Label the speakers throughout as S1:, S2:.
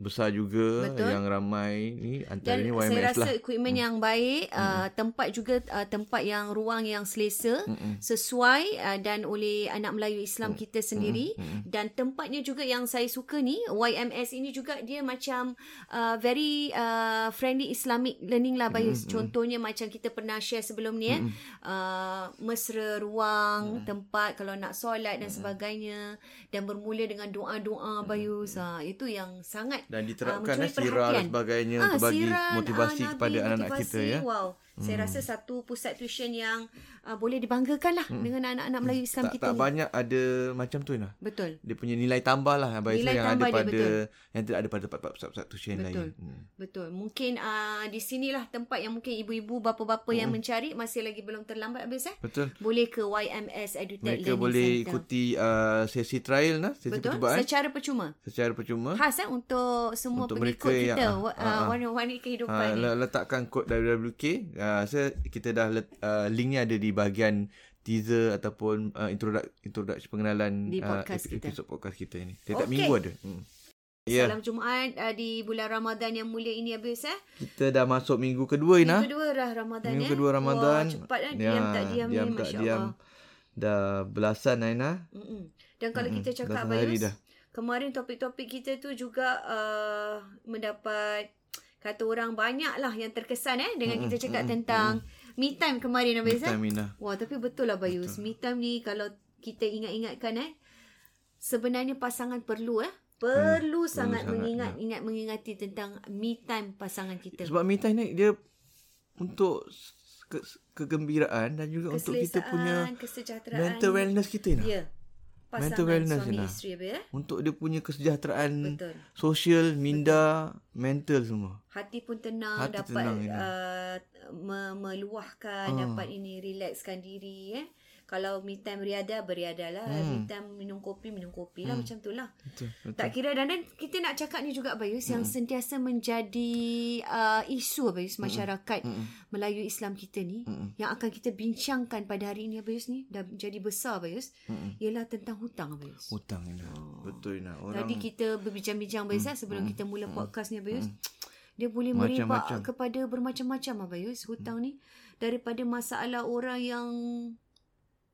S1: besar juga
S2: Betul.
S1: yang ramai ni
S2: Dan
S1: antaranya
S2: saya
S1: YMS
S2: rasa
S1: lah.
S2: equipment yang baik, uh, tempat juga uh, tempat yang ruang yang selesa,
S1: Mm-mm.
S2: sesuai uh, dan oleh anak Melayu Islam
S1: Hmm.
S2: kita sendiri dan tempatnya juga yang saya suka ni YMS ini juga dia macam uh, very uh, friendly Islamic learning lah
S1: Hmm,
S2: Bayus. Contohnya macam kita pernah share sebelum ni eh uh, mesra
S1: Hmm.
S2: ruang, tempat kalau nak solat dan sebagainya dan bermula dengan doa-doa Bayus. Ha, itu yang sangat
S1: Hmm. Dan
S2: Ah,
S1: diterapkan
S2: mencuri
S1: eh, sirah
S2: perhatian.
S1: dan sebagainya untuk bagi motivasi
S2: ah,
S1: kepada
S2: Nabi,
S1: anak-anak kita
S2: motivasi.
S1: ya.
S2: Wow. Hmm. Saya rasa satu pusat tuition yang uh, boleh dibanggakan lah hmm. dengan anak-anak Melayu Islam
S1: Tak
S2: kita
S1: tak
S2: ni.
S1: banyak ada macam tu lah.
S2: Betul.
S1: Dia punya nilai tambah lah Abang
S2: Nilai
S1: Isa, yang ada
S2: tambah dia,
S1: pada
S2: betul.
S1: yang tidak ada pada tempat-tempat pusat-pusat tuition
S2: Betul.
S1: lain. Hmm.
S2: Betul. Mungkin uh, di sinilah tempat yang mungkin ibu-ibu, bapa-bapa hmm. yang mencari masih lagi belum terlambat habis eh.
S1: Betul.
S2: Boleh ke YMS Edutech
S1: Mereka
S2: Learning
S1: boleh
S2: Centre.
S1: ikuti uh, sesi trial lah, sesi
S2: Betul.
S1: percubaan
S2: Secara percuma.
S1: secara percuma.
S2: Khas eh, untuk semua
S1: Untuk
S2: pengikut
S1: mereka
S2: kita.
S1: yang-
S2: wa- uh,
S1: ah, ah.
S2: warna-warni kehidupan
S1: Ha,
S2: ni.
S1: le- letakkan kod WWK. Uh, saya kita dah let, uh, link ni ada di bahagian teaser ataupun uh, introduction introduction pengenalan
S2: Di
S1: ah,
S2: podcast
S1: epi-
S2: kita.
S1: episod podcast kita ni. Setiap
S2: Okey.
S1: minggu ada. Hmm. Ya, yeah,
S2: Salam Jumaat uh, di bulan Ramadan yang mulia ini habis eh.
S1: kita dah masuk minggu kedua Ina.
S2: Minggu kedua dah Ramadan eh.
S1: Minggu ah? kedua Ramadan.
S2: Wah, cepat eh. Diam tak diam, ni
S1: tak
S2: Masya
S1: diam.
S2: Allah.
S1: Dah belasan Aina.
S2: Mm-mm. Dan kalau
S1: Mm-mm.
S2: kita cakap
S1: Dah sehari
S2: Abayus,
S1: dah.
S2: kemarin topik-topik kita tu juga uh, mendapat kata orang banyak lah yang terkesan eh dengan
S1: Mm-mm,
S2: kita cakap
S1: mm-mm,
S2: tentang me time kemarin Abayus eh.
S1: Time ya. Ina.
S2: Wah tapi betul lah Abayus. Me time ni kalau kita ingat-ingatkan eh. Sebenarnya pasangan perlu eh. Perlu sangat
S1: Hmm. sangat, ya.
S2: mengingat-ingat mengingati tentang me time pasangan kita.
S1: Sebab me time ni dia untuk ke- kegembiraan dan juga untuk kita punya
S2: Keselesaan, kesejahteraan.
S1: mental wellness kita Ina.
S2: Ya. Pasangan
S1: Mental wellness
S2: suami
S1: ni lah.
S2: isteri apa ya.
S1: Untuk dia punya kesejahteraan
S2: Betul.
S1: sosial, minda, mental semua.
S2: Hati pun tenang,
S1: Hati
S2: dapat
S1: tenang, ya.
S2: uh, me- meluahkan,
S1: Ah.
S2: dapat ini relaxkan diri eh. Kalau me time riada, beriada lah. Me time minum kopi, minum kopi lah. Macam tu lah.
S1: Betul. Hmm. betul. Hmm.
S2: Tak kira dan, dan kita nak cakap ni juga Bayus yang sentiasa menjadi uh, isu Bayus masyarakat
S1: Hmm.
S2: Melayu Islam kita ni yang akan kita bincangkan pada hari ini Bayus ni dah jadi besar Bayus ialah tentang hutang Bayus.
S1: Hutang Ina. Betul Ina. Orang Hmm.
S2: Tadi kita berbincang-bincang Bayus lah sebelum kita mula podcast ni Bayus. Dia boleh
S1: Macam-macam. Hmm.
S2: merebak kepada bermacam-macam lah Bayus hutang ni daripada masalah orang yang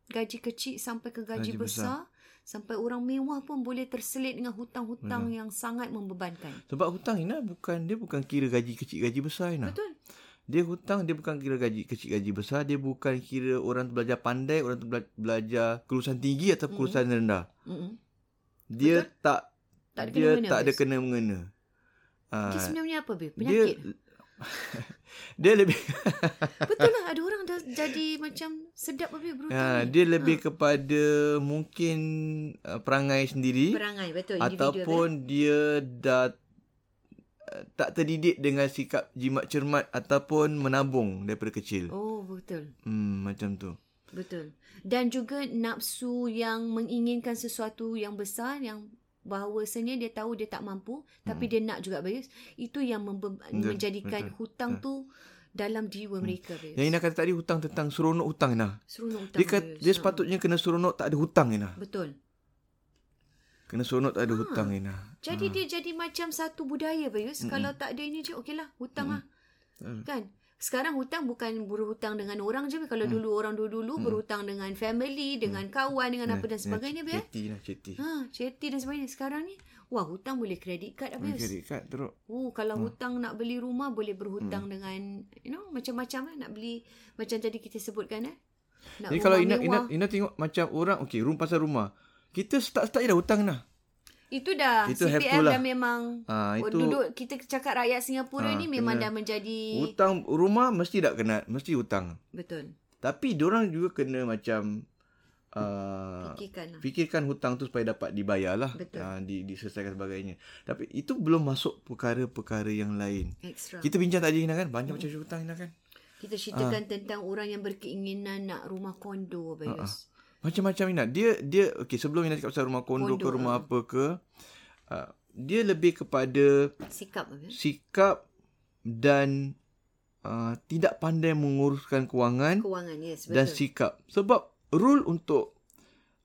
S2: gaji kecil sampai ke gaji,
S1: Gaji
S2: besar.
S1: besar.
S2: Sampai orang mewah pun boleh terselit dengan hutang-hutang yang sangat membebankan.
S1: sebab hutang Ina bukan dia bukan kira gaji kecil gaji besar Ina.
S2: Betul.
S1: Dia hutang dia bukan kira gaji kecil gaji besar, dia bukan kira orang tu belajar pandai, orang tu bela- belajar kelulusan tinggi atau kelulusan mm. rendah.
S2: Mm-mm.
S1: Dia Betul? tak
S2: Tak ada
S1: dia
S2: kena-mengena,
S1: tak ada
S2: Fiz.
S1: kena mengena.
S2: Dia sebenarnya apa babe?
S1: dia
S2: Penyakit.
S1: dia lebih
S2: Betul lah ada orang dah jadi macam sedap babe brutal.
S1: ha,
S2: ni.
S1: dia lebih kepada mungkin uh, perangai sendiri
S2: perangai betul individu.
S1: ataupun dia dah uh, tak terdidik dengan sikap jimat cermat ataupun menabung daripada
S2: babe.
S1: kecil.
S2: Oh betul.
S1: Hmm macam tu.
S2: Betul. Dan juga nafsu yang menginginkan sesuatu yang besar yang bahawasanya dia tahu dia tak mampu
S1: Hmm.
S2: tapi dia nak juga Bayus. Itu yang membe- menjadikan hutang tu dalam jiwa mereka Bayus.
S1: Hmm. Yang Ina kata tadi hutang tentang seronok hutang Ina.
S2: Seronok hutang
S1: Dia, kat,
S2: Bayus.
S1: dia
S2: Ha.
S1: sepatutnya kena seronok tak ada hutang Ina.
S2: Betul.
S1: Kena seronok tak ada hutang Ina.
S2: Ah,
S1: Ah.
S2: Jadi
S1: Hmm.
S2: dia jadi macam satu budaya Bayus. Kalau tak ada ini je okeylah hutang lah.
S1: Hmm.
S2: Kan? Sekarang hutang bukan berhutang dengan orang je.
S1: Hmm.
S2: Kalau dulu orang dulu-dulu berhutang dengan family, dengan kawan, dengan
S1: Ya,
S2: apa dan sebagainya eh? Bayus.
S1: Ceti Ina ceti.
S2: Ha, charity dan sebagainya. Sekarang ni, wah hutang boleh credit card apa.
S1: Credit Hmm. card teruk.
S2: Oh, kalau hutang nak beli rumah boleh
S1: Hmm.
S2: berhutang dengan you know macam-macam eh nak beli macam tadi kita sebutkan eh. Nak
S1: Jadi
S2: rumah
S1: kalau Ina, Ina,
S2: mewah.
S1: Ina tengok macam orang Okey room pasal rumah Kita start-start je dah hutang dah
S2: itu dah
S1: Itu have
S2: CPF
S1: to
S2: dah
S1: lah.
S2: memang
S1: ha,
S2: oh,
S1: Itu
S2: duduk kita cakap rakyat Singapura
S1: Ah,
S2: ni memang
S1: kena.
S2: dah menjadi
S1: hutang rumah mesti tak kena Mesti hutang
S2: betul.
S1: Tapi orang juga kena macam uh,
S2: Fikirkanlah.
S1: Fikirkan hutang tu supaya dapat dibayar lah
S2: Betul.
S1: Ah, di, Diselesaikan sebagainya Tapi itu belum masuk perkara-perkara yang lain
S2: Extra.
S1: Kita ah. bincang tadi Ina kan
S2: Hmm.
S1: Banyak macam hutang Ina kan
S2: Kita ceritakan tentang orang yang berkeinginan nak rumah kondo
S1: Ah,
S2: Bayus.
S1: Macam-macam Ina. Dia dia okey sebelum Ina cakap pasal rumah kondo,
S2: Kondo, ha.
S1: ke rumah apa ke uh, dia lebih kepada
S2: Sikap Bayus.
S1: sikap dan uh, tidak pandai menguruskan kewangan
S2: Kewangan yes
S1: dan
S2: betul.
S1: sikap. Sebab rule untuk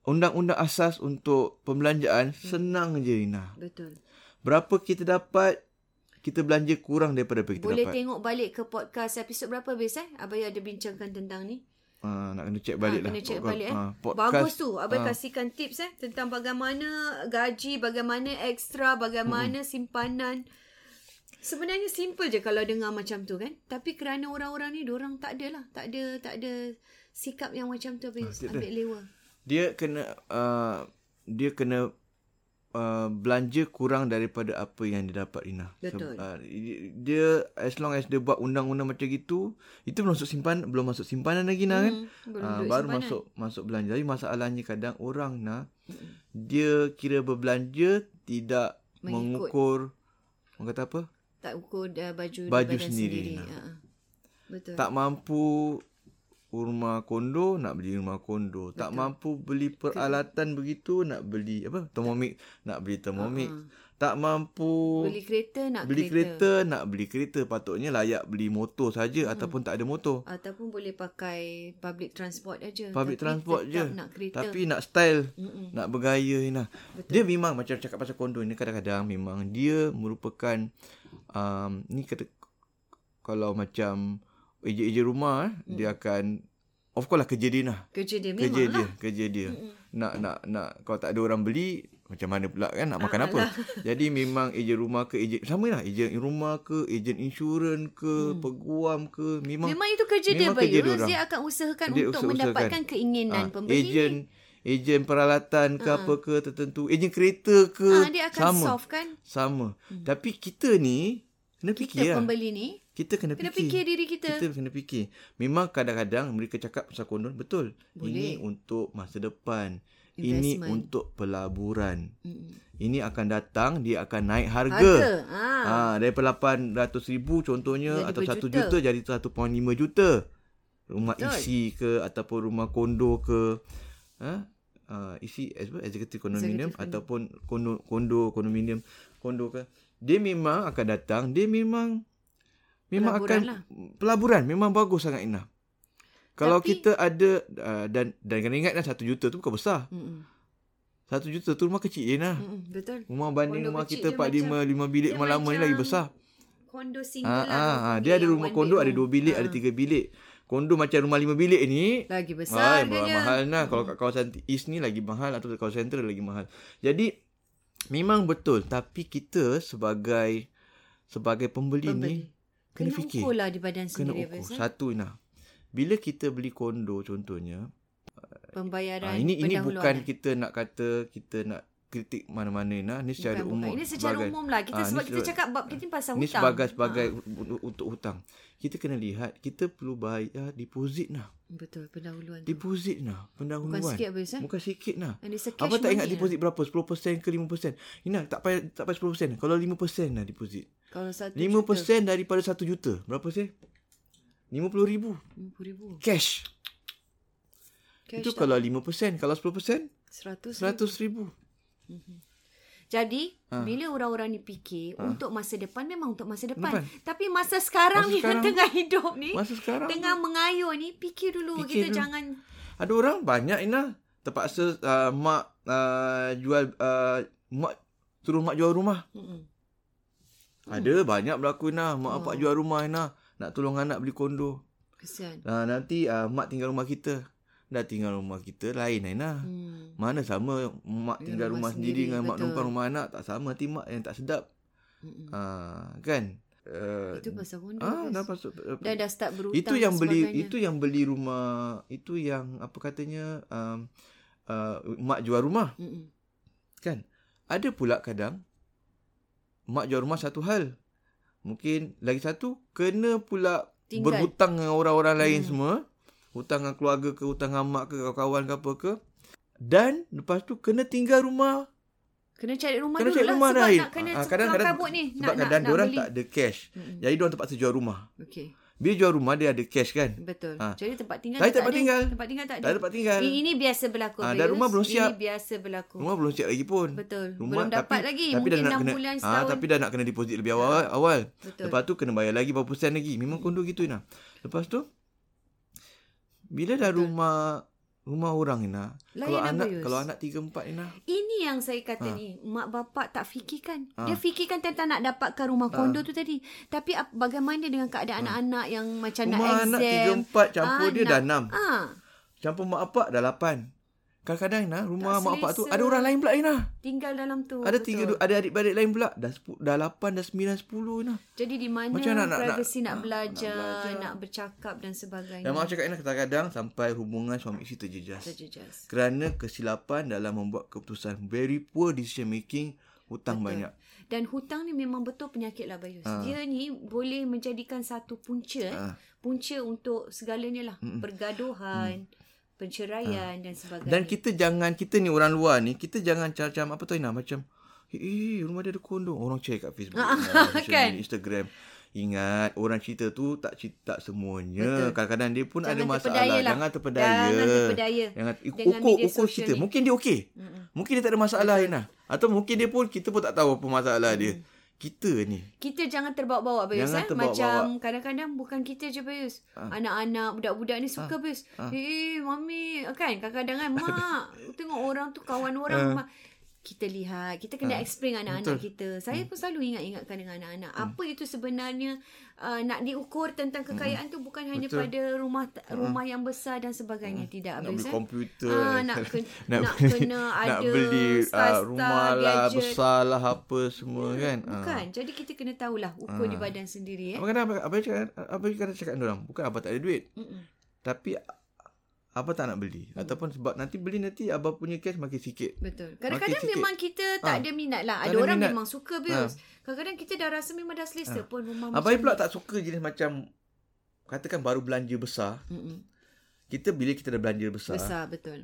S1: undang-undang asas untuk pembelanjaan
S2: Hmm.
S1: senang je Ina.
S2: betul.
S1: Berapa kita dapat kita belanja kurang daripada apa kita
S2: Boleh
S1: dapat.
S2: tengok balik ke podcast episod berapa Bayus eh? Abang ada bincangkan tentang ni.
S1: Uh, nak kena check balik
S2: Ah,
S1: lah.
S2: Kena check
S1: Podcast-
S2: balik eh.
S1: ah, podcast, Ha.
S2: Bagus tu. Abang kasihkan tips eh tentang bagaimana gaji, bagaimana ekstra,
S1: Hmm.
S2: bagaimana simpanan. Sebenarnya simple je kalau dengar macam tu kan. Tapi kerana orang-orang ni orang tak ada lah. Tak ada tak ada sikap yang macam tu
S1: Ah,
S2: habis ambil lewa.
S1: dia kena uh, dia kena uh, belanja kurang daripada apa yang dia dapat Rina.
S2: Betul.
S1: uh, dia as long as dia buat undang-undang macam gitu, itu belum masuk simpan belum masuk simpanan lagi Rina kan?
S2: Hmm, belum
S1: Ah,
S2: duit
S1: baru
S2: simpanan.
S1: masuk masuk belanja. Tapi masalahnya kadang orang Rina dia kira berbelanja tidak
S2: Hmm. Mengikut.
S1: mengukur orang kata apa?
S2: Tak ukur uh, baju
S1: Baju
S2: badan sendiri.
S1: sendiri, nah.
S2: Ha, ha. Betul.
S1: Tak mampu rumah kondo nak beli rumah kondo tak mampu beli peralatan begitu nak beli apa termomik nak beli termomik tak mampu
S2: Ah, Beli kereta nak
S1: beli
S2: kereta.
S1: kereta. nak beli kereta patutnya layak beli motor saja
S2: Hmm.
S1: ataupun tak ada motor
S2: Ataupun boleh pakai public transport aja.
S1: public
S2: Tapi
S1: transport je
S2: tetap nak kereta. Hmm.
S1: tapi nak style nak bergaya Hina dia memang macam cakap pasal kondo ni kadang-kadang memang dia merupakan um, ni kata kalau macam ejen-ejen rumah eh, dia
S2: Hmm.
S1: akan of course lah kerja dia nah
S2: Kerja dia memang lah.
S1: kerja dia kerja dia nak nak nak kalau tak ada orang beli macam mana pula kan nak
S2: Ah,
S1: makan
S2: lah.
S1: apa jadi memang ejen rumah ke ejen sama lah ejen rumah ke ejen insurans ke peguam ke memang
S2: Hmm. Memang itu kerja dia
S1: Memang
S2: Bayus.
S1: kerja
S2: Dia,
S1: dia orang.
S2: akan usahakan
S1: Dia
S2: untuk
S1: usahakan.
S2: mendapatkan keinginan
S1: Ah,
S2: pembeli
S1: ejen
S2: ni.
S1: ejen peralatan ke apa ke tertentu ejen kereta ke
S2: Ah, dia akan
S1: sama
S2: solve kan.
S1: sama tapi kita ni kena fikir
S2: Kita
S1: lah.
S2: pembeli ni.
S1: kita kena,
S2: Kena fikir diri kita.
S1: kita kena fikir. Memang kadang-kadang mereka cakap pasal kondom betul. Boleh. Ini untuk masa depan. Ini
S2: Investment.
S1: untuk pelaburan.
S2: Mm-mm.
S1: Ini akan datang dia akan naik harga.
S2: Harga. Ha.
S1: Ha, daripada 800 ribu contohnya
S2: Jadi
S1: atau 1
S2: berjuta.
S1: juta jadi 1.5 juta. Rumah
S2: Betul.
S1: Betul. isi ke ataupun rumah kondo ke ha? Uh, isi as- apa, executive condominium
S2: Executive
S1: ataupun kondo kondo kondominium kondo ke dia memang akan datang dia memang memang
S2: Pelaburan lah.
S1: akan pelaburan memang bagus sangat Ina. Kalau
S2: Tapi-
S1: kita ada uh, dan dan kena ingatkan 1 juta tu bukan besar.
S2: Mm-mm.
S1: 1 juta tu rumah kecil Ina.
S2: Mm-mm. Betul.
S1: Rumah banding
S2: Kondo
S1: rumah
S2: kecil
S1: kita
S2: dia
S1: 4 5 5 bilik
S2: dia
S1: malam lama ni lagi
S2: macam
S1: besar.
S2: Kondo single
S1: Ah,
S2: lah.
S1: ah,
S2: dua
S1: ah.
S2: bilik
S1: Dia ada
S2: yang
S1: rumah
S2: one
S1: kondo ada
S2: bedroom. Ah.
S1: dua bilik, ada tiga bilik. Kondo macam rumah lima bilik ni.
S2: Lagi
S1: mahal,
S2: besar
S1: mahal,
S2: harganya.
S1: mahal nah. Kalau kat kawasan east ni lagi mahal atau kat kawasan central lagi mahal. Jadi memang betul tapi kita sebagai sebagai pembeli,
S2: Pembeli.
S1: pembeli. ni Kena, fikir.
S2: ukur lah di badan
S1: Kena
S2: sendiri
S1: ukur.
S2: Abang Azhar.
S1: Satu Ina. Bila kita beli kondo contohnya,
S2: Pembayaran
S1: ah, ini ini bukan
S2: pendahuluan.
S1: kita nak kata kita nak kritik mana-mana Ina. Ini secara
S2: bukan,
S1: umum.
S2: Bukan. Ini secara
S1: sebagai-
S2: umum lah. Kita
S1: Ah, ini
S2: sebab kita
S1: sebagai-
S2: cakap bab kita ni pasal
S1: Ni
S2: hutang. Ah.
S1: sebagai sebagai ha. untuk hutang. Kita kena lihat kita perlu bayar deposit nah.
S2: Ha, betul, pendahuluan tu.
S1: Deposit nah, pendahuluan.
S2: Bukan sikit habis eh.
S1: Bukan sikit nah.
S2: And it's a cash
S1: Abang tak ingat
S2: money, lah.
S1: deposit berapa? 10% ke 5%? Ina tak payah tak payah 10%. Kalau 5% lah deposit.
S2: ah. Kalau satu
S1: 5% daripada 1 juta. Berapa sih? 50 ribu.
S2: RM50,000.
S1: Cash.
S2: Cash
S1: Itu
S2: tak?
S1: kalau 5%. Kalau 10%,
S2: 100
S1: 100 ribu.
S2: Jadi
S1: Ah.
S2: ha. bila orang-orang ni fikir ha. untuk masa depan memang untuk masa depan.
S1: Depan.
S2: Tapi masa sekarang masa
S1: Masa
S2: ni sekarang,
S1: sekarang-
S2: tengah hidup ni
S1: Masa sekarang.
S2: tengah mengayuh ni fikir dulu
S1: Fikir
S2: fikir kita
S1: dulu.
S2: dulu. jangan
S1: Ada orang banyak Ina terpaksa uh, mak uh, jual uh, mak suruh mak jual rumah.
S2: Mm-mm.
S1: Ada banyak berlaku Ina. Mak
S2: Oh.
S1: bapak jual rumah Ina. Nak tolong anak beli kondo.
S2: kesian.
S1: Uh, nanti uh, mak tinggal rumah kita. Dah tinggal rumah kita lain Ina.
S2: Hmm.
S1: Mana sama mak
S2: Dengan
S1: tinggal rumah,
S2: rumah
S1: sendiri,
S2: sendiri,
S1: dengan mak
S2: betul.
S1: numpang rumah anak. Tak sama nanti mak yang tak sedap.
S2: Mm-mm.
S1: Uh, kan? Uh,
S2: Itu pasal kondo.
S1: ah,
S2: Ah,
S1: dah pasal.
S2: dah dah start berhutang.
S1: itu yang
S2: dan
S1: beli
S2: sebagainya.
S1: itu yang beli rumah itu yang apa katanya um, uh, mak jual rumah
S2: Mm-mm.
S1: kan ada pula kadang mak jual rumah satu hal mungkin lagi satu kena pula
S2: Tinggal.
S1: berhutang dengan orang-orang lain
S2: Hmm.
S1: semua hutang dengan keluarga ke hutang dengan mak ke kawan-kawan ke apa ke dan lepas tu kena tinggal rumah
S2: Kena cari rumah
S1: kena
S2: dulu
S1: cari
S2: lah
S1: rumah
S2: sebab
S1: lain
S2: nak kena
S1: Ah,
S2: tukar kabut ni.
S1: sebab
S2: nak,
S1: kadang
S2: nak,
S1: dia orang
S2: nak beli.
S1: tak Ya. ada cash
S2: Mm-mm.
S1: jadi dia orang terpaksa jual rumah
S2: Okey,
S1: bila jual rumah dia ada cash kan
S2: betul.
S1: Ah.
S2: Jadi tempat tinggal
S1: Tapi
S2: dia
S1: tempat tinggal.
S2: Tempat tinggal tak ada.
S1: tak ada tempat tinggal
S2: Ini, ini biasa berlaku.
S1: Ah,
S2: Abang
S1: dan
S2: Yus.
S1: rumah belum siap.
S2: Ini biasa berlaku.
S1: Rumah belum siap lagi pun.
S2: Betul.
S1: Rumah
S2: Belum dapat
S1: tapi,
S2: lagi.
S1: Tapi
S2: Mungkin
S1: dah
S2: 6
S1: nak kena,
S2: bulan
S1: ah,
S2: setahun. Ah,
S1: tapi dah nak kena deposit lebih awal. awal.
S2: Betul. Hmm.
S1: Lepas tu kena bayar lagi berapa persen lagi. Memang kondo gitu Ina. Lepas tu bila dah
S2: Betul.
S1: rumah rumah orang Ina.
S2: Lain
S1: kalau
S2: apa,
S1: anak
S2: Yus?
S1: kalau anak 3 4 Ina.
S2: Ini yang saya kata
S1: Ha.
S2: ha. ni, mak bapak tak fikirkan.
S1: Ha.
S2: Ha. Dia fikirkan tentang nak dapatkan
S1: Ah.
S2: rumah kondo tu tadi. Tapi ap- bagaimana dengan keadaan anak-anak yang macam
S1: Rumah
S2: nak
S1: anak
S2: exam?
S1: 3 4 campur
S2: Ah,
S1: dia dah 6.
S2: Ha.
S1: Campur mak bapak dah 8. Kadang-kadang Ina rumah
S2: Tak
S1: mak bapak tu
S2: selesa.
S1: ada orang lain pula Ina.
S2: Tinggal dalam tu.
S1: Ada tiga
S2: betul.
S1: ada adik-beradik lain pula. Dah 10 dah 8 dah 9 10 Ina.
S2: Jadi di mana
S1: Macam mana nak- nak-
S2: privacy
S1: ah,
S2: nak,
S1: nak
S2: belajar, nak
S1: belajar.
S2: bercakap dan sebagainya.
S1: Dan mak cakap Ina kadang-kadang sampai hubungan suami isteri terjejas.
S2: Terjejas.
S1: kerana kesilapan dalam membuat keputusan very poor decision making hutang Betul. banyak
S2: Dan hutang ni memang betul penyakit lah Bayus.
S1: Ah.
S2: Dia ni boleh menjadikan satu punca. Eh.
S1: Ah.
S2: Punca untuk segalanya lah. Pergaduhan, penceraian dan sebagainya.
S1: Mm. Ah. dan kita jangan kita ni orang luar ni kita jangan macam apa tu Ina macam eh eh, rumah dia ada kondo orang share kat Facebook dalam social
S2: kan?
S1: media, Instagram Ingat orang cerita tu tak cerita tak semuanya.
S2: Betul.
S1: Kadang-kadang dia pun ada
S2: Jangan
S1: masalah.
S2: terpedaya lah.
S1: Jangan terpedaya.
S2: Jangan terpedaya
S1: Jangan
S2: dengan
S1: ukur
S2: media
S1: ukur
S2: sosial
S1: cerita.
S2: ni.
S1: Mungkin dia okey. Mungkin dia tak ada masalah Ina. Atau mungkin dia pun kita pun tak tahu apa masalah dia. Kita ni.
S2: kita jangan terbawa-bawa Bayus
S1: Jangan
S2: eh?
S1: terbawa-bawa. Ah.
S2: macam kadang-kadang bukan kita je Bayus anak-anak budak-budak ni suka Bayus eh mami kan kadang-kadang kan mak tengok orang tu kawan
S1: Ah.
S2: orang mak kita lihat kita kena explain anak-anak kita saya
S1: Hmm.
S2: pun selalu ingat-ingatkan dengan anak-anak apa itu sebenarnya uh, nak diukur tentang kekayaan tu bukan hanya
S1: Hmm. Betul. Ah. Hmm.
S2: pada rumah rumah yang besar dan sebagainya tidak
S1: nak
S2: Bayus
S1: beli
S2: eh?
S1: komputer
S2: Ah, nak ke- nak kena
S1: nak
S2: ada
S1: beli
S2: star-star,
S1: ah, rumah lah
S2: gadget.
S1: besar lah apa semua kan
S2: bukan jadi kita kena tahulah ukur
S1: Ah.
S2: di badan sendiri eh
S1: apa kata apa, apa cakap apa kata cakap dia orang bukan abang tak ada duit
S2: Mm-mm.
S1: tapi apa tak nak beli hmm. ataupun sebab nanti beli nanti abang punya cash makin sikit
S2: Betul. Kadang-kadang
S1: sikit.
S2: memang kita tak
S1: Ah.
S2: ada minat lah.
S1: Tak
S2: Ada
S1: ada
S2: orang
S1: minat. Ah.
S2: minat. memang suka bios. Kadang-kadang kita dah rasa memang dah selesa pun rumah
S1: abang
S2: macam
S1: pula tak suka jenis macam katakan baru belanja besar
S2: Mm-mm.
S1: kita bila kita dah belanja besar, besar.
S2: Besar Hmm. betul.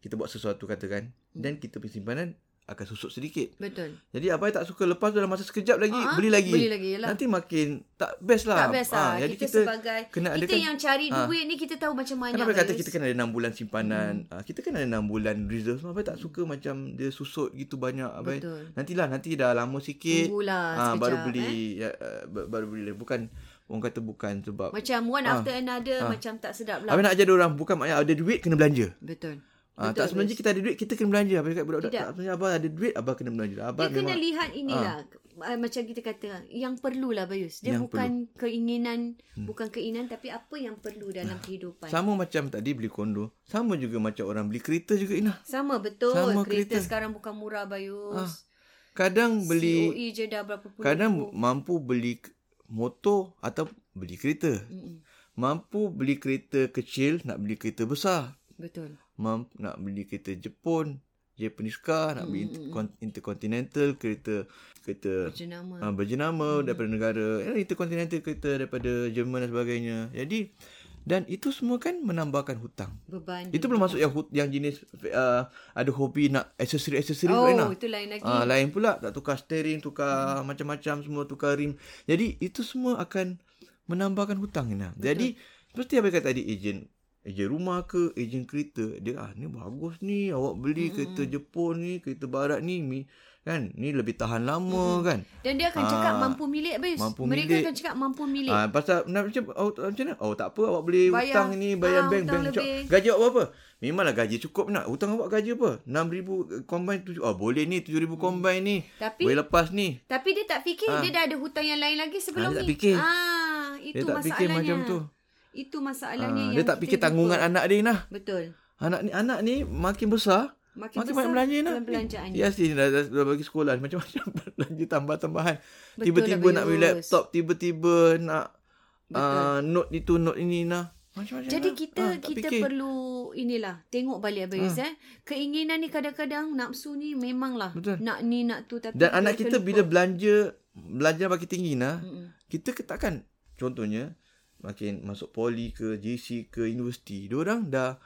S1: kita buat sesuatu katakan dan kita punya simpanan akan susut sedikit
S2: Betul.
S1: jadi abang tak suka lepas tu dalam masa sekejap lagi
S2: Ah, ah,
S1: beli lagi
S2: beli lagi, yelah.
S1: nanti makin tak best lah
S2: Tak best lah.
S1: Ah, jadi
S2: kita, sebagai
S1: kena
S2: kita
S1: adakan-
S2: yang cari
S1: Ah.
S2: duit ni kita tahu macam lah, mana.
S1: Kenapa dia kata
S2: Bayus.
S1: kita kena ada 6 bulan simpanan? Hmm. Uh, kita kena ada 6 bulan reserve. Sebab Abang tak suka macam dia susut gitu banyak. Abang.
S2: Betul.
S1: Nantilah, nanti dah lama sikit.
S2: Tunggulah
S1: ah,
S2: sekejap,
S1: baru beli. Eh? Ya, uh, ba- baru beli. lagi. Bukan, orang kata bukan sebab.
S2: macam one after another macam tak sedap lah.
S1: Ah. Abang nak ajar dia orang, bukan maknanya ada duit kena belanja.
S2: Betul.
S1: Ah, tak sebenarnya kita ada duit, kita kena belanja. Abang cakap budak-budak,
S2: Tidak.
S1: tak sebenarnya abang ada duit, abang kena belanja. Abang
S2: Dia kena
S1: memang, Ah.
S2: lihat inilah ha. macam kita kata yang perlulah Bayus. Dia
S1: Yang Hmm.
S2: bukan keinginan bukan keinginan tapi apa yang perlu dalam kehidupan.
S1: sama macam tadi beli kondo. Sama juga macam orang beli kereta juga, Inah.
S2: Sama betul.
S1: Sama
S2: kereta,
S1: kereta.
S2: sekarang bukan murah Bayus.
S1: Kadang beli...
S2: COE je dah berapa puluh
S1: Kadang mampu beli motor atau beli kereta.
S2: Mm-mm.
S1: Mampu beli kereta kecil, nak beli kereta besar.
S2: Betul.
S1: Mampu nak beli kereta Jepun, Japanese car, nak beli inter- kon- intercontinental, kereta kereta
S2: Jenama.
S1: uh, berjenama daripada negara, eh, intercontinental kereta daripada Jerman dan sebagainya. Jadi dan itu semua kan menambahkan hutang.
S2: Beban.
S1: Itu belum masuk yang hut- yang jenis uh, ada hobi nak aksesori-aksesori
S2: Oh,
S1: Raina.
S2: itu lain lagi.
S1: Ah, lain pula tak tukar steering, tukar macam-macam semua, tukar rim. Jadi itu semua akan menambahkan hutang Ina. Jadi seperti apa yang kata tadi ejen ejen rumah ke, ejen kereta, dia ah ni bagus ni, awak
S2: Hmm.
S1: beli kereta Jepun ni, kereta barat ni, mi, kan? Ni lebih tahan
S2: Hmm.
S1: lama kan?
S2: Dan dia akan cakap
S1: Ah,
S2: mampu milik bes.
S1: mampu
S2: Mereka
S1: milik.
S2: akan cakap mampu milik.
S1: Ah pasal nak macam oh, tak- macam mana? Oh tak apa awak boleh
S2: Bayar.
S1: bayar. hutang ni bayar
S2: Ah,
S1: bank
S2: hutang
S1: bank cakap,
S2: lebih.
S1: Gaji awak berapa? Memanglah gaji cukup nak. Hutang awak gaji apa? 6000 combine 7. Oh boleh ni 7000 combine ni.
S2: Hmm. Tapi-
S1: boleh lepas ni.
S2: Tapi dia tak fikir
S1: Ah.
S2: dia dah ada hutang yang lain lagi sebelum
S1: Ah,
S2: ni.
S1: dia tak fikir.
S2: Ah, itu
S1: Dia tak
S2: masalahnya.
S1: fikir macam tu.
S2: Itu masalahnya
S1: Ah,
S2: yang
S1: dia tak
S2: kita
S1: fikir
S2: jumpa.
S1: tanggungan anak dia nah.
S2: Betul.
S1: Anak ni anak ni makin besar
S2: Makin, besar
S1: Makin banyak belanja nak.
S2: dalam belanjaan.
S1: Ya sih dah, dah, dah bagi sekolah macam-macam belanja tambah-tambahan.
S2: Betul
S1: tiba-tiba
S2: lah,
S1: nak beli
S2: Bayus.
S1: laptop, tiba-tiba nak
S2: Betul.
S1: uh, note itu note ini nah. Macam-macam.
S2: Jadi
S1: nah.
S2: kita
S1: Ah, tak
S2: kita
S1: fikir. Ah.
S2: perlu inilah tengok balik Abang Yus eh. Keinginan ni kadang-kadang nafsu ni memanglah
S1: Betul.
S2: nak ni nak tu tapi
S1: Dan anak kita
S2: terlupa.
S1: bila belanja belanja makin tinggi nah,
S2: Mm-mm.
S1: kita ketakkan contohnya makin masuk poli ke JC ke universiti, dia orang dah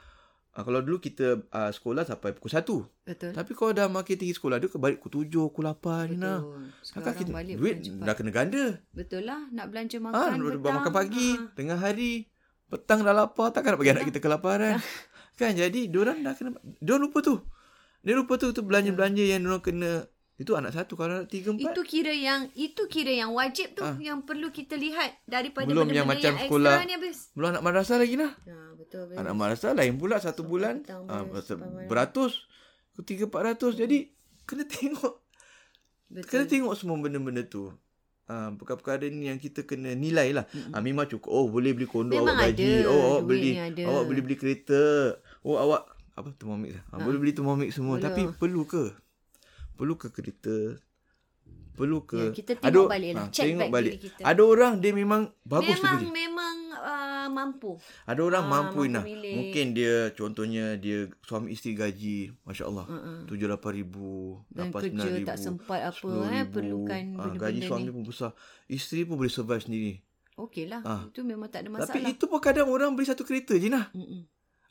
S1: ah, kalau dulu kita uh, sekolah sampai pukul 1.
S2: betul.
S1: Tapi kalau dah makin tinggi sekolah, dia ke balik pukul 7, pukul 8
S2: Betul.
S1: nah. Kakak
S2: Sekarang
S1: kita
S2: balik
S1: duit
S2: bukan cepat.
S1: dah kena ganda.
S2: Betul lah nak belanja makan
S1: Ah,
S2: petang.
S1: petang, makan pagi,
S2: Ah.
S1: tengah hari, petang dah lapar, takkan nak bagi anak kita kelaparan. kan jadi diorang dah kena diorang lupa tu. Dia lupa tu tu belanja-belanja yang diorang kena itu anak satu kalau anak tiga empat
S2: Itu kira yang itu kira yang wajib tu ha. yang perlu kita lihat daripada
S1: Ah. Belum
S2: benda-benda
S1: yang macam
S2: yang
S1: sekolah.
S2: ekstra ni habis.
S1: belum anak madrasah lagi lah.
S2: Ha betul betul.
S1: Anak madrasah lain pula satu bulan
S2: petang,
S1: ah,
S2: boleh
S1: se-
S2: sampai malam.
S1: beratus ke tiga empat ratus. Jadi kena tengok
S2: betul.
S1: kena tengok semua benda-benda tu. Ah, perkara-perkara ni yang kita kena nilai lah. Ah, memang cukup. Oh, boleh beli kondo
S2: Memang
S1: awak gaji.
S2: ada.
S1: Oh, awak
S2: Duit
S1: beli
S2: ni ada.
S1: awak boleh beli kereta. Oh, awak apa thermomix lah. Ah, boleh beli thermomix semua.
S2: Boleh.
S1: Tapi perlu ke? Perlu ke kereta? Perlu
S2: Ya,
S1: ke?
S2: kita tengok balik lah.
S1: ah,
S2: Check
S1: tengok
S2: back
S1: balik.
S2: diri kita.
S1: Ada orang dia memang bagus dia
S2: memang
S1: beli.
S2: memang uh, mampu.
S1: Ada orang
S2: Ah,
S1: mampu
S2: mampu
S1: Inah.
S2: milik.
S1: Mungkin dia contohnya dia suami isteri gaji masya-Allah
S2: Mm-mm.
S1: tujuh lapan ribu,
S2: Ah. Dan
S1: lapan
S2: kerja
S1: sembilan ribu,
S2: tak sempat apa,
S1: sepuluh
S2: eh,
S1: ribu.
S2: perlukan
S1: Ah,
S2: benda-benda
S1: gaji
S2: ni.
S1: suami pun besar, isteri pun boleh survive sendiri.
S2: Okey lah.
S1: Ah.
S2: Itu memang tak ada
S1: Tapi
S2: masalah.
S1: itu pun kadang orang beli satu kereta je nah.
S2: Mm-mm.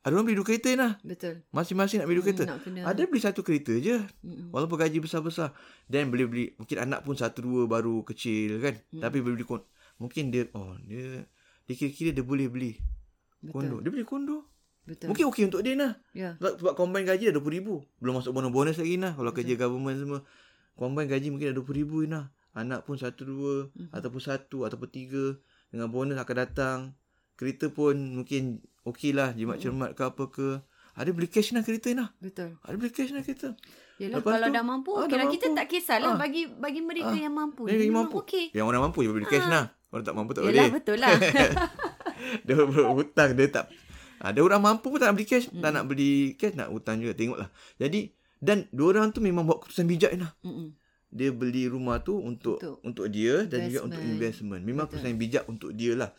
S1: Ada orang beli dua kereta nah.
S2: Betul.
S1: Masing-masing nak beli dua
S2: Hmm,
S1: kereta.
S2: nak kena.
S1: Ada beli satu kereta je.
S2: Mm-mm.
S1: Walaupun gaji besar-besar. Dan boleh beli mungkin anak pun satu dua baru kecil kan.
S2: Hmm.
S1: Tapi boleh beli kon- mungkin dia oh dia dia kira-kira dia boleh beli kondo. Dia beli kondo.
S2: Betul.
S1: Mungkin okey untuk dia nah.
S2: Ya.
S1: Sebab, sebab combine gaji dah RM20,000. Belum masuk bonus-bonus lagi nah. Kalau kerja government semua. Combine gaji mungkin dah RM20,000 nah. Anak pun satu dua. Ataupun satu. Ataupun tiga. Dengan bonus akan datang. Kereta pun mungkin okey lah. Jimat cermat ke apa ke. Ada beli cash nah kereta nah.
S2: Betul.
S1: Ada beli cash nah kereta.
S2: Yalah
S1: Lepas
S2: kalau
S1: tu,
S2: dah mampu,
S1: ah, dah
S2: kira kita
S1: mampu.
S2: tak kisahlah
S1: Ah.
S2: bagi bagi mereka yang mampu.
S1: Dia memang mampu.
S2: Okey.
S1: Yang orang mampu je boleh beli cash nah. Orang tak mampu tak
S2: Yalah
S1: boleh.
S2: betul lah.
S1: dia berhutang dia tak ada orang mampu pun tak nak beli cash hmm. tak nak beli cash nak hutang juga tengoklah jadi dan dua orang tu memang buat keputusan bijak nah
S2: Mm-mm.
S1: dia beli rumah tu untuk
S2: Untuk
S1: untuk, untuk dia dan juga untuk
S2: investment.
S1: investment memang keputusan yang bijak untuk dia lah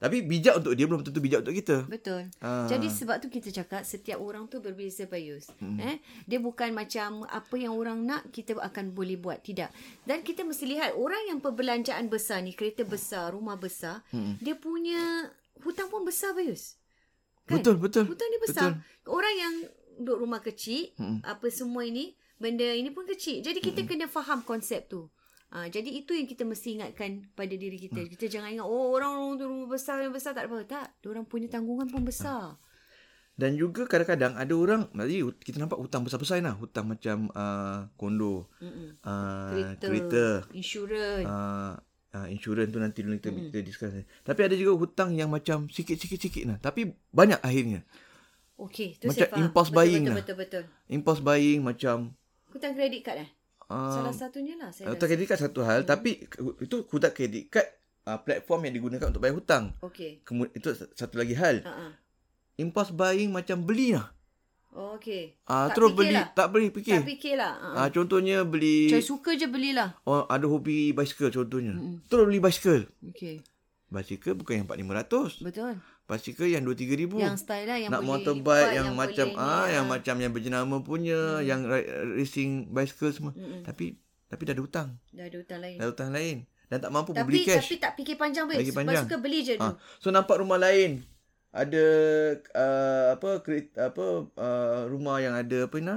S1: tapi bijak untuk dia belum tentu bijak untuk kita
S2: Betul.
S1: Ah.
S2: Jadi sebab tu kita cakap setiap orang tu berbeza Bayus. Hmm.
S1: Mm.
S2: Eh, dia bukan macam apa yang orang nak kita akan boleh buat, tidak. Dan kita mesti lihat orang yang perbelanjaan besar ni, kereta besar, rumah besar,
S1: Mm.
S2: hmm. dia punya hutang pun besar Bayus. Kan?
S1: betul betul
S2: Hutang dia besar. Betul. Orang yang duduk rumah kecil, hmm. apa semua ini, benda ini pun kecil. Jadi kita hmm. kena faham konsep tu. Ha, jadi itu yang kita mesti ingatkan pada diri kita.
S1: Hmm.
S2: Kita jangan ingat oh orang orang tu rumah besar rumah besar tak ada apa. Tak, orang punya tanggungan pun besar.
S1: Dan juga kadang-kadang ada orang tadi kita nampak hutang besar-besar nah, hutang macam uh, kondo,
S2: Mm-mm.
S1: uh,
S2: Kereta,
S1: kereta
S2: insurans.
S1: uh, uh, insurans tu nanti dulu kita, kita discuss. Tapi ada juga hutang yang macam sikit-sikit-sikit lah. Tapi banyak akhirnya.
S2: Okey, tu
S1: macam
S2: saya faham.
S1: impulse
S2: betul,
S1: buying
S2: betul,
S1: lah.
S2: betul, betul,
S1: Impulse buying macam
S2: betul. Hutang kredit kad eh?
S1: uh,
S2: Salah satunya lah saya. rasa.
S1: hutang
S2: Hmm.
S1: kredit card satu hal. Tapi ke- itu hutang kredit card uh, platform yang digunakan untuk bayar hutang.
S2: Okey.
S1: Kemudian, itu satu lagi hal.
S2: Ha ah.
S1: Impulse buying macam beli lah.
S2: Oh, okay.
S1: Ah tak terus beli
S2: fikirlah.
S1: tak beli fikir.
S2: Tak fikirlah. Ha.
S1: Ah contohnya beli
S2: Saya suka je belilah.
S1: oh, ada hobi basikal contohnya.
S2: Hmm.
S1: Terus beli basikal.
S2: Okay.
S1: Basikal bukan yang 4500.
S2: Betul.
S1: Basikal yang 2-3000.
S2: Yang style lah yang
S1: Hmm. nak
S2: boleh
S1: mountain bike
S2: lipat, lah.
S1: yang,
S2: boleh
S1: macam
S2: ya. Hmm.
S1: ah
S2: ni,
S1: yang macam yang berjenama punya, yang ra- racing bicycle semua.
S2: Hmm.
S1: Tapi tapi dah ada hutang.
S2: Dah ada hutang lain.
S1: Dah ada hutang lain. Dan tak mampu
S2: Tapi
S1: beli cash.
S2: tapi tak fikir panjang weh.
S1: Lagi panjang.
S2: Sebab suka beli je dulu.
S1: Ha. So nampak rumah lain. Ada uh, apa kre- apa uh, rumah yang ada apa ni?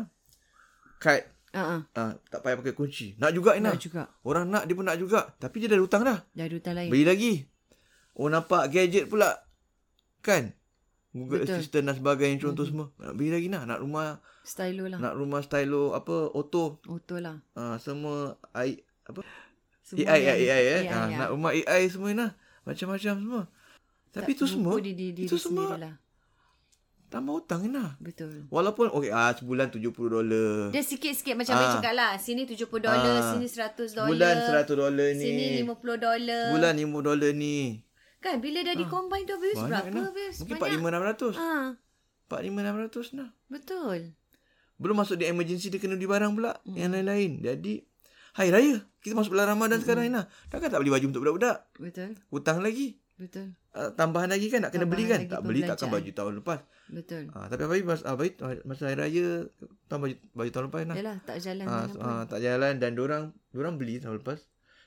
S1: Kad
S2: Ha. Ha.
S1: uh, tak payah pakai kunci. Nak juga
S2: Nak
S1: Ina.
S2: juga.
S1: Orang nak dia pun nak juga. Tapi dia dah ada hutang dah.
S2: Dah ada hutang lain.
S1: Beli lagi. Oh nampak gadget pula. Kan? Google
S2: Betul.
S1: Betul. Assistant dan sebagainya contoh semua. Nak beli lagi nah, nak rumah
S2: Stylo lah.
S1: nak rumah stylo apa auto
S2: Auto lah.
S1: uh, semua AI apa
S2: Semua
S1: AI,
S2: yang-
S1: AI AI eh.
S2: AI,
S1: Ah,
S2: ya.
S1: nak rumah AI semua ni nah. Macam-macam semua. Tapi
S2: Tak
S1: tu semua
S2: Di, di, di,
S1: itu semua
S2: Lah.
S1: tambah hutang ni nah.
S2: Betul.
S1: Walaupun okey ah sebulan 70 dolar.
S2: Dia sikit-sikit macam ah. cakap lah. Sini 70 dolar,
S1: Ah.
S2: sini 100 dolar.
S1: Sebulan 100 dolar ni.
S2: Sini 50 dolar.
S1: Sebulan 5 dolar ni.
S2: Kan bila dah dikombine tu habis
S1: Ah. Banyak
S2: berapa
S1: nah.
S2: habis?
S1: Mungkin
S2: Banyak.
S1: 45 600.
S2: Ah,
S1: 45 600 nah.
S2: betul.
S1: lah. Belum masuk di emergency dia kena beli barang pula hmm. yang lain-lain. Jadi hari raya kita masuk bulan Ramadan hmm. sekarang Ina. Takkan tak beli baju untuk budak-budak.
S2: Betul.
S1: Hutang lagi.
S2: Betul.
S1: Uh, tambahan lagi kan nak kena
S2: Tambahan
S1: beli kan.
S2: lagi
S1: Tak beli takkan
S2: pembelanjaan.
S1: baju tahun lepas.
S2: Betul.
S1: Uh, tapi apa mas, uh, baik masa hari raya tahun baju, baju tahun lepas Ina.
S2: Yalah tak jalan
S1: Ah,
S2: mana
S1: so,
S2: pun.
S1: ah, tak jalan dan dorang dorang beli tahun lepas.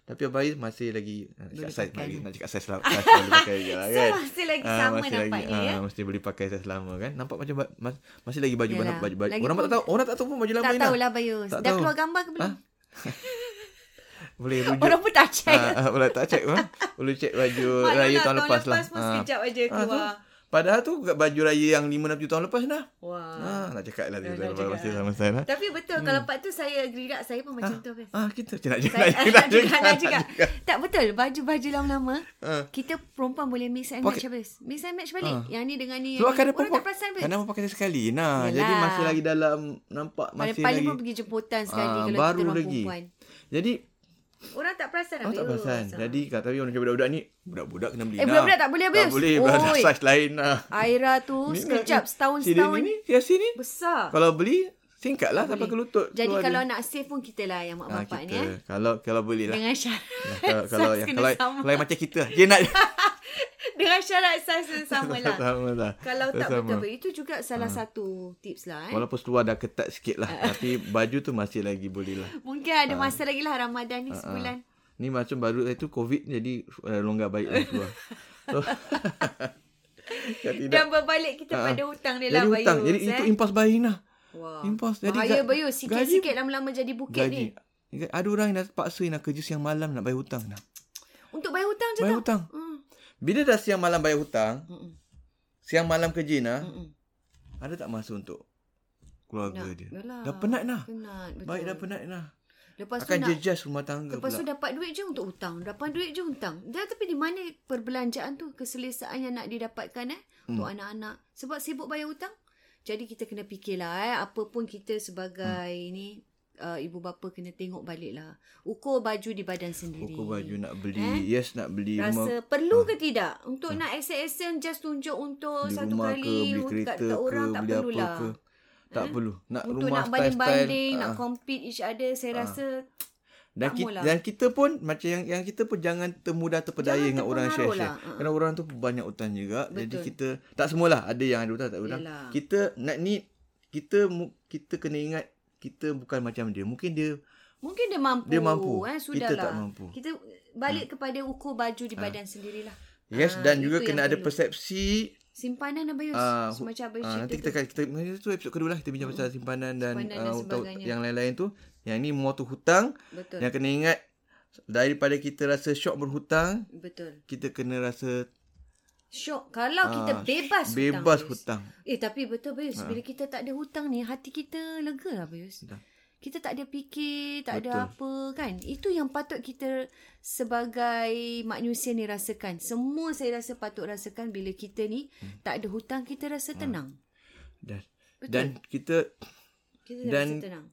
S1: Tapi Abai masih lagi ah,
S2: Boleh
S1: cakap saiz
S2: pakai.
S1: lagi nak cakap saiz lama. Saiz lama pakai je lah
S2: So
S1: kan.
S2: masih lagi
S1: Ah,
S2: sama nampaknya
S1: lagi,
S2: ya.
S1: ah, mesti boleh pakai saiz lama kan. Nampak macam ba- mas, masih lagi baju
S2: Yalah.
S1: baju, baju, baju.
S2: Lagi
S1: orang
S2: pun-
S1: tak tahu orang tak tahu pun baju lama
S2: Tak
S1: ni lah.
S2: tahulah Bayus.
S1: Tak
S2: Dah
S1: tahu.
S2: keluar gambar ke belum?
S1: Ha? Boleh rujuk.
S2: Orang pun tak check.
S1: Ah, ah, Boleh tak cek pun. Boleh cek baju
S2: Maklumlah,
S1: raya tahun lepas lah.
S2: pun
S1: Ah.
S2: sekejap aja
S1: Ah, tu.
S2: keluar.
S1: Padahal tu baju raya yang 5 6 tahun lepas dah.
S2: Wah.
S1: Ah, nak cakap lah
S2: Dah- dah
S1: lepas masih
S2: cakap.
S1: sama saya lah.
S2: Tapi betul kalau part tu saya agree tak saya pun macam tu Bayus.
S1: Ah, kita macam nak cakap.
S2: Saya nak juga, nak juga.
S1: cakap.
S2: Tak betul. Baju-baju lama-lama.
S1: Ah.
S2: Kita perempan boleh mix and match
S1: Pakai-
S2: habis. Mix and match balik. Yang ni dengan ni.
S1: Sebab
S2: yang ni.
S1: kadang
S2: Orang
S1: perempuan
S2: tak perasan habis.
S1: Kadang perempuan pakai sekali Nah Jadi
S2: Yalah.
S1: masih lagi dalam Nampak
S2: Paling,
S1: masih
S2: paling
S1: lagi
S2: pun pergi jemputan sekali
S1: Ah,
S2: kalau
S1: baru
S2: kita orang
S1: lagi.
S2: perempuan.
S1: Jadi
S2: Orang tak perasan
S1: Aku tak
S2: habis.
S1: perasan Jadi kalau tapi orang macam budak-budak ni Budak-budak kena beli
S2: Eh,
S1: nah.
S2: budak-budak tak boleh habis.
S1: Tak boleh Budak-budak
S2: Oi.
S1: saiz lain lah
S2: Aira tu sekejap setahun-setahun
S1: ni Hiasi ni
S2: besar.
S1: Kalau beli Singkat lah Sampai ke lutut
S2: Jadi
S1: keluar
S2: kalau
S1: dia.
S2: nak save pun kita lah yang mak
S1: Ah,
S2: bapak ni.
S1: kita.
S2: Eh.
S1: Kalau kalau boleh lah
S2: Dengan syarat.
S1: kalau, kalau,
S2: Saiz
S1: yang,
S2: kena
S1: kalau,
S2: sama.
S1: kalau yang macam kita lah. Dia nak
S2: Dengan syarat saiz yang sama lah.
S1: Sama lah
S2: Kalau tak
S1: Sama. Ah.
S2: betul-betul. Itu juga salah satu tips lah. Eh.
S1: Walaupun seluar dah ketat sikit lah Tapi baju tu masih lagi boleh lah
S2: Mungkin ada masa lagi lah Ramadan
S1: Ah,
S2: ni sebulan.
S1: Ni macam baru itu COVID jadi uh, longgar baik lah keluar. So, kalau tidak. Ah,
S2: Dan berbalik kita pada hutang dia
S1: Jadi
S2: lah Bayus.
S1: hutang. Jadi
S2: eh.
S1: itu impas bayi lah.
S2: Wah.
S1: Impas. Jadi
S2: Bahaya
S1: ga-
S2: Bayus. Sikit-sikit lama-lama jadi bukit
S1: gaji.
S2: ni.
S1: Gaji. Ada orang yang dah paksa nak kerja siang malam nak bayar hutang. Nak.
S2: Untuk bayar hutang je
S1: Bayar
S2: tau.
S1: hutang.
S2: Hmm.
S1: Bila dah siang malam bayar hutang,
S2: Mm-mm.
S1: siang malam kerja nak,
S2: Mm-mm.
S1: ada tak masa untuk keluarga
S2: Nak.
S1: dia?
S2: Yalah.
S1: Dah penat nak.
S2: Penat. Betul.
S1: Baik dah penat nak.
S2: Lepas tu
S1: Akan
S2: nak
S1: jejas rumah tangga
S2: Lepas
S1: pula.
S2: tu dapat duit je untuk hutang. Dapat duit je hutang. Dia tapi di mana perbelanjaan tu keselesaan yang nak didapatkan eh
S1: Hmm.
S2: untuk anak-anak. Sebab sibuk bayar hutang. Jadi kita kena fikirlah eh apa pun kita sebagai
S1: Hmm.
S2: ni uh, ibu bapa kena tengok balik lah. Ukur baju di badan sendiri.
S1: Ukur baju nak beli.
S2: Eh?
S1: Yes nak beli rumah Hmm.
S2: Rasa perlu ke tidak untuk nak accent-accent just tunjuk untuk
S1: beli
S2: satu
S1: rumah
S2: kali
S1: ke beli
S2: untuk
S1: kereta
S2: kat
S1: ke
S2: orang tak
S1: beli apa
S2: perlulah. Eh?
S1: ke tak perlu nak
S2: Untuk
S1: rumah
S2: nak
S1: style-style
S2: banding-banding, nak
S1: ah.
S2: compete each other saya rasa
S1: dan
S2: tak
S1: kita,
S2: maulah.
S1: dan kita pun macam yang yang kita pun jangan termudah terpedaya
S2: Jangan
S1: dengan orang
S2: terpengaruh
S1: share-share
S2: lah, ah.
S1: kerana orang tu banyak hutang juga Betul. jadi
S2: Betul.
S1: kita tak semualah ada yang ada hutang tak ada hutang
S2: Yalah.
S1: kita nak ni kita mu- kita kena ingat kita bukan macam dia mungkin dia
S2: Mungkin dia mampu.
S1: Dia mampu.
S2: Eh,
S1: Kita
S2: sudahlah.
S1: tak mampu. Ah.
S2: Kita balik ha. kepada ukur baju di badan ha. sendirilah.
S1: yes
S2: Ah,
S1: dan
S2: itu
S1: juga
S2: yang
S1: kena ada
S2: perlu.
S1: persepsi
S2: Simpanan Abayus. Uh,
S1: Ah,
S2: Semacam Abayus
S1: Ah,
S2: cerita
S1: nanti kita
S2: tu. Hmm.
S1: kita, kita tu episod kedua lah kita bincang pasal simpanan dan,
S2: Simpanan dan
S1: ah, hutang-
S2: sebagainya.
S1: yang lain-lain tu. Yang ni more tu hutang.
S2: Betul.
S1: Yang kena ingat daripada kita rasa syok berhutang,
S2: Betul.
S1: kita kena rasa
S2: Syok. Kalau
S1: ah,
S2: kita bebas hutang.
S1: bebas
S2: Abayus.
S1: hutang. Ah.
S2: Eh tapi betul Abayus. Bila kita tak ada hutang ni, hati kita lega lah Abayus.
S1: Betul.
S2: Kita tak ada fikir, tak betul. ada
S1: Betul.
S2: apa kan. Itu yang patut kita sebagai manusia ni rasakan. Semua saya rasa patut rasakan bila kita ni
S1: Hmm.
S2: tak ada hutang,
S1: Ah.
S2: kita rasa tenang.
S1: Dan
S2: Betul.
S1: dan kita
S2: Kita
S1: Dan-
S2: rasa tenang.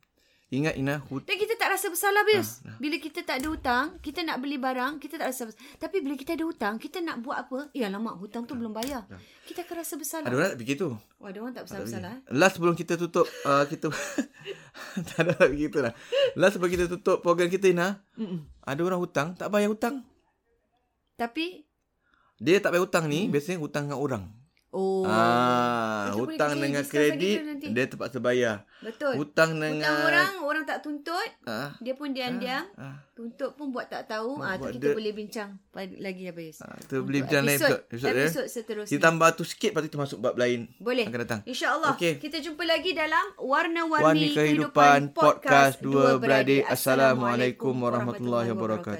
S1: Ingat Ina hut-
S2: Dan kita tak rasa bersalah Bius.
S1: Ah,
S2: Ha, Bila kita tak ada hutang, kita nak beli barang, kita tak rasa bersalah. Tapi bila kita ada hutang, kita nak buat apa? Ya lama hutang tu belum bayar. Kita akan rasa bersalah.
S1: ya. ada orang tak fikir tu.
S2: Wah, ada orang tak bersalah-salah. eh.
S1: Last sebelum kita tutup uh, kita tak ada nak fikir tu lah. Last sebelum kita tutup program kita Ina,
S2: Mm-mm.
S1: ada orang hutang tak bayar hutang.
S2: Tapi
S1: Dia tak bayar hutang ni biasanya hutang dengan orang.
S2: oh
S1: Ah,
S2: Itu boleh
S1: hutang
S2: kita
S1: dengan
S2: discuss lagi tu
S1: kredit
S2: nanti.
S1: dia terpaksa bayar.
S2: betul. Hutang
S1: Hutang dengan
S2: orang, orang tak tuntut,
S1: Ah,
S2: dia pun diam-diam.
S1: ah.
S2: Tuntut pun buat tak tahu.
S1: Buat-
S2: Ah tu
S1: buat
S2: kita
S1: dia-
S2: boleh bincang pa- lagi ya Bius.
S1: Ah, tu boleh bincang lain
S2: episod,
S1: episod- episod
S2: episod,
S1: dia.
S2: seterusnya.
S1: Kita tambah tu sikit Lepas tu kita masuk bab lain
S2: Boleh.
S1: Akan datang
S2: InsyaAllah.
S1: Okey.
S2: Okay. Kita jumpa lagi dalam Warna-Warni
S1: Warni Kehidupan Podcast Dua Beradik Assalamualaikum Warahmatullahi Wabarakatuh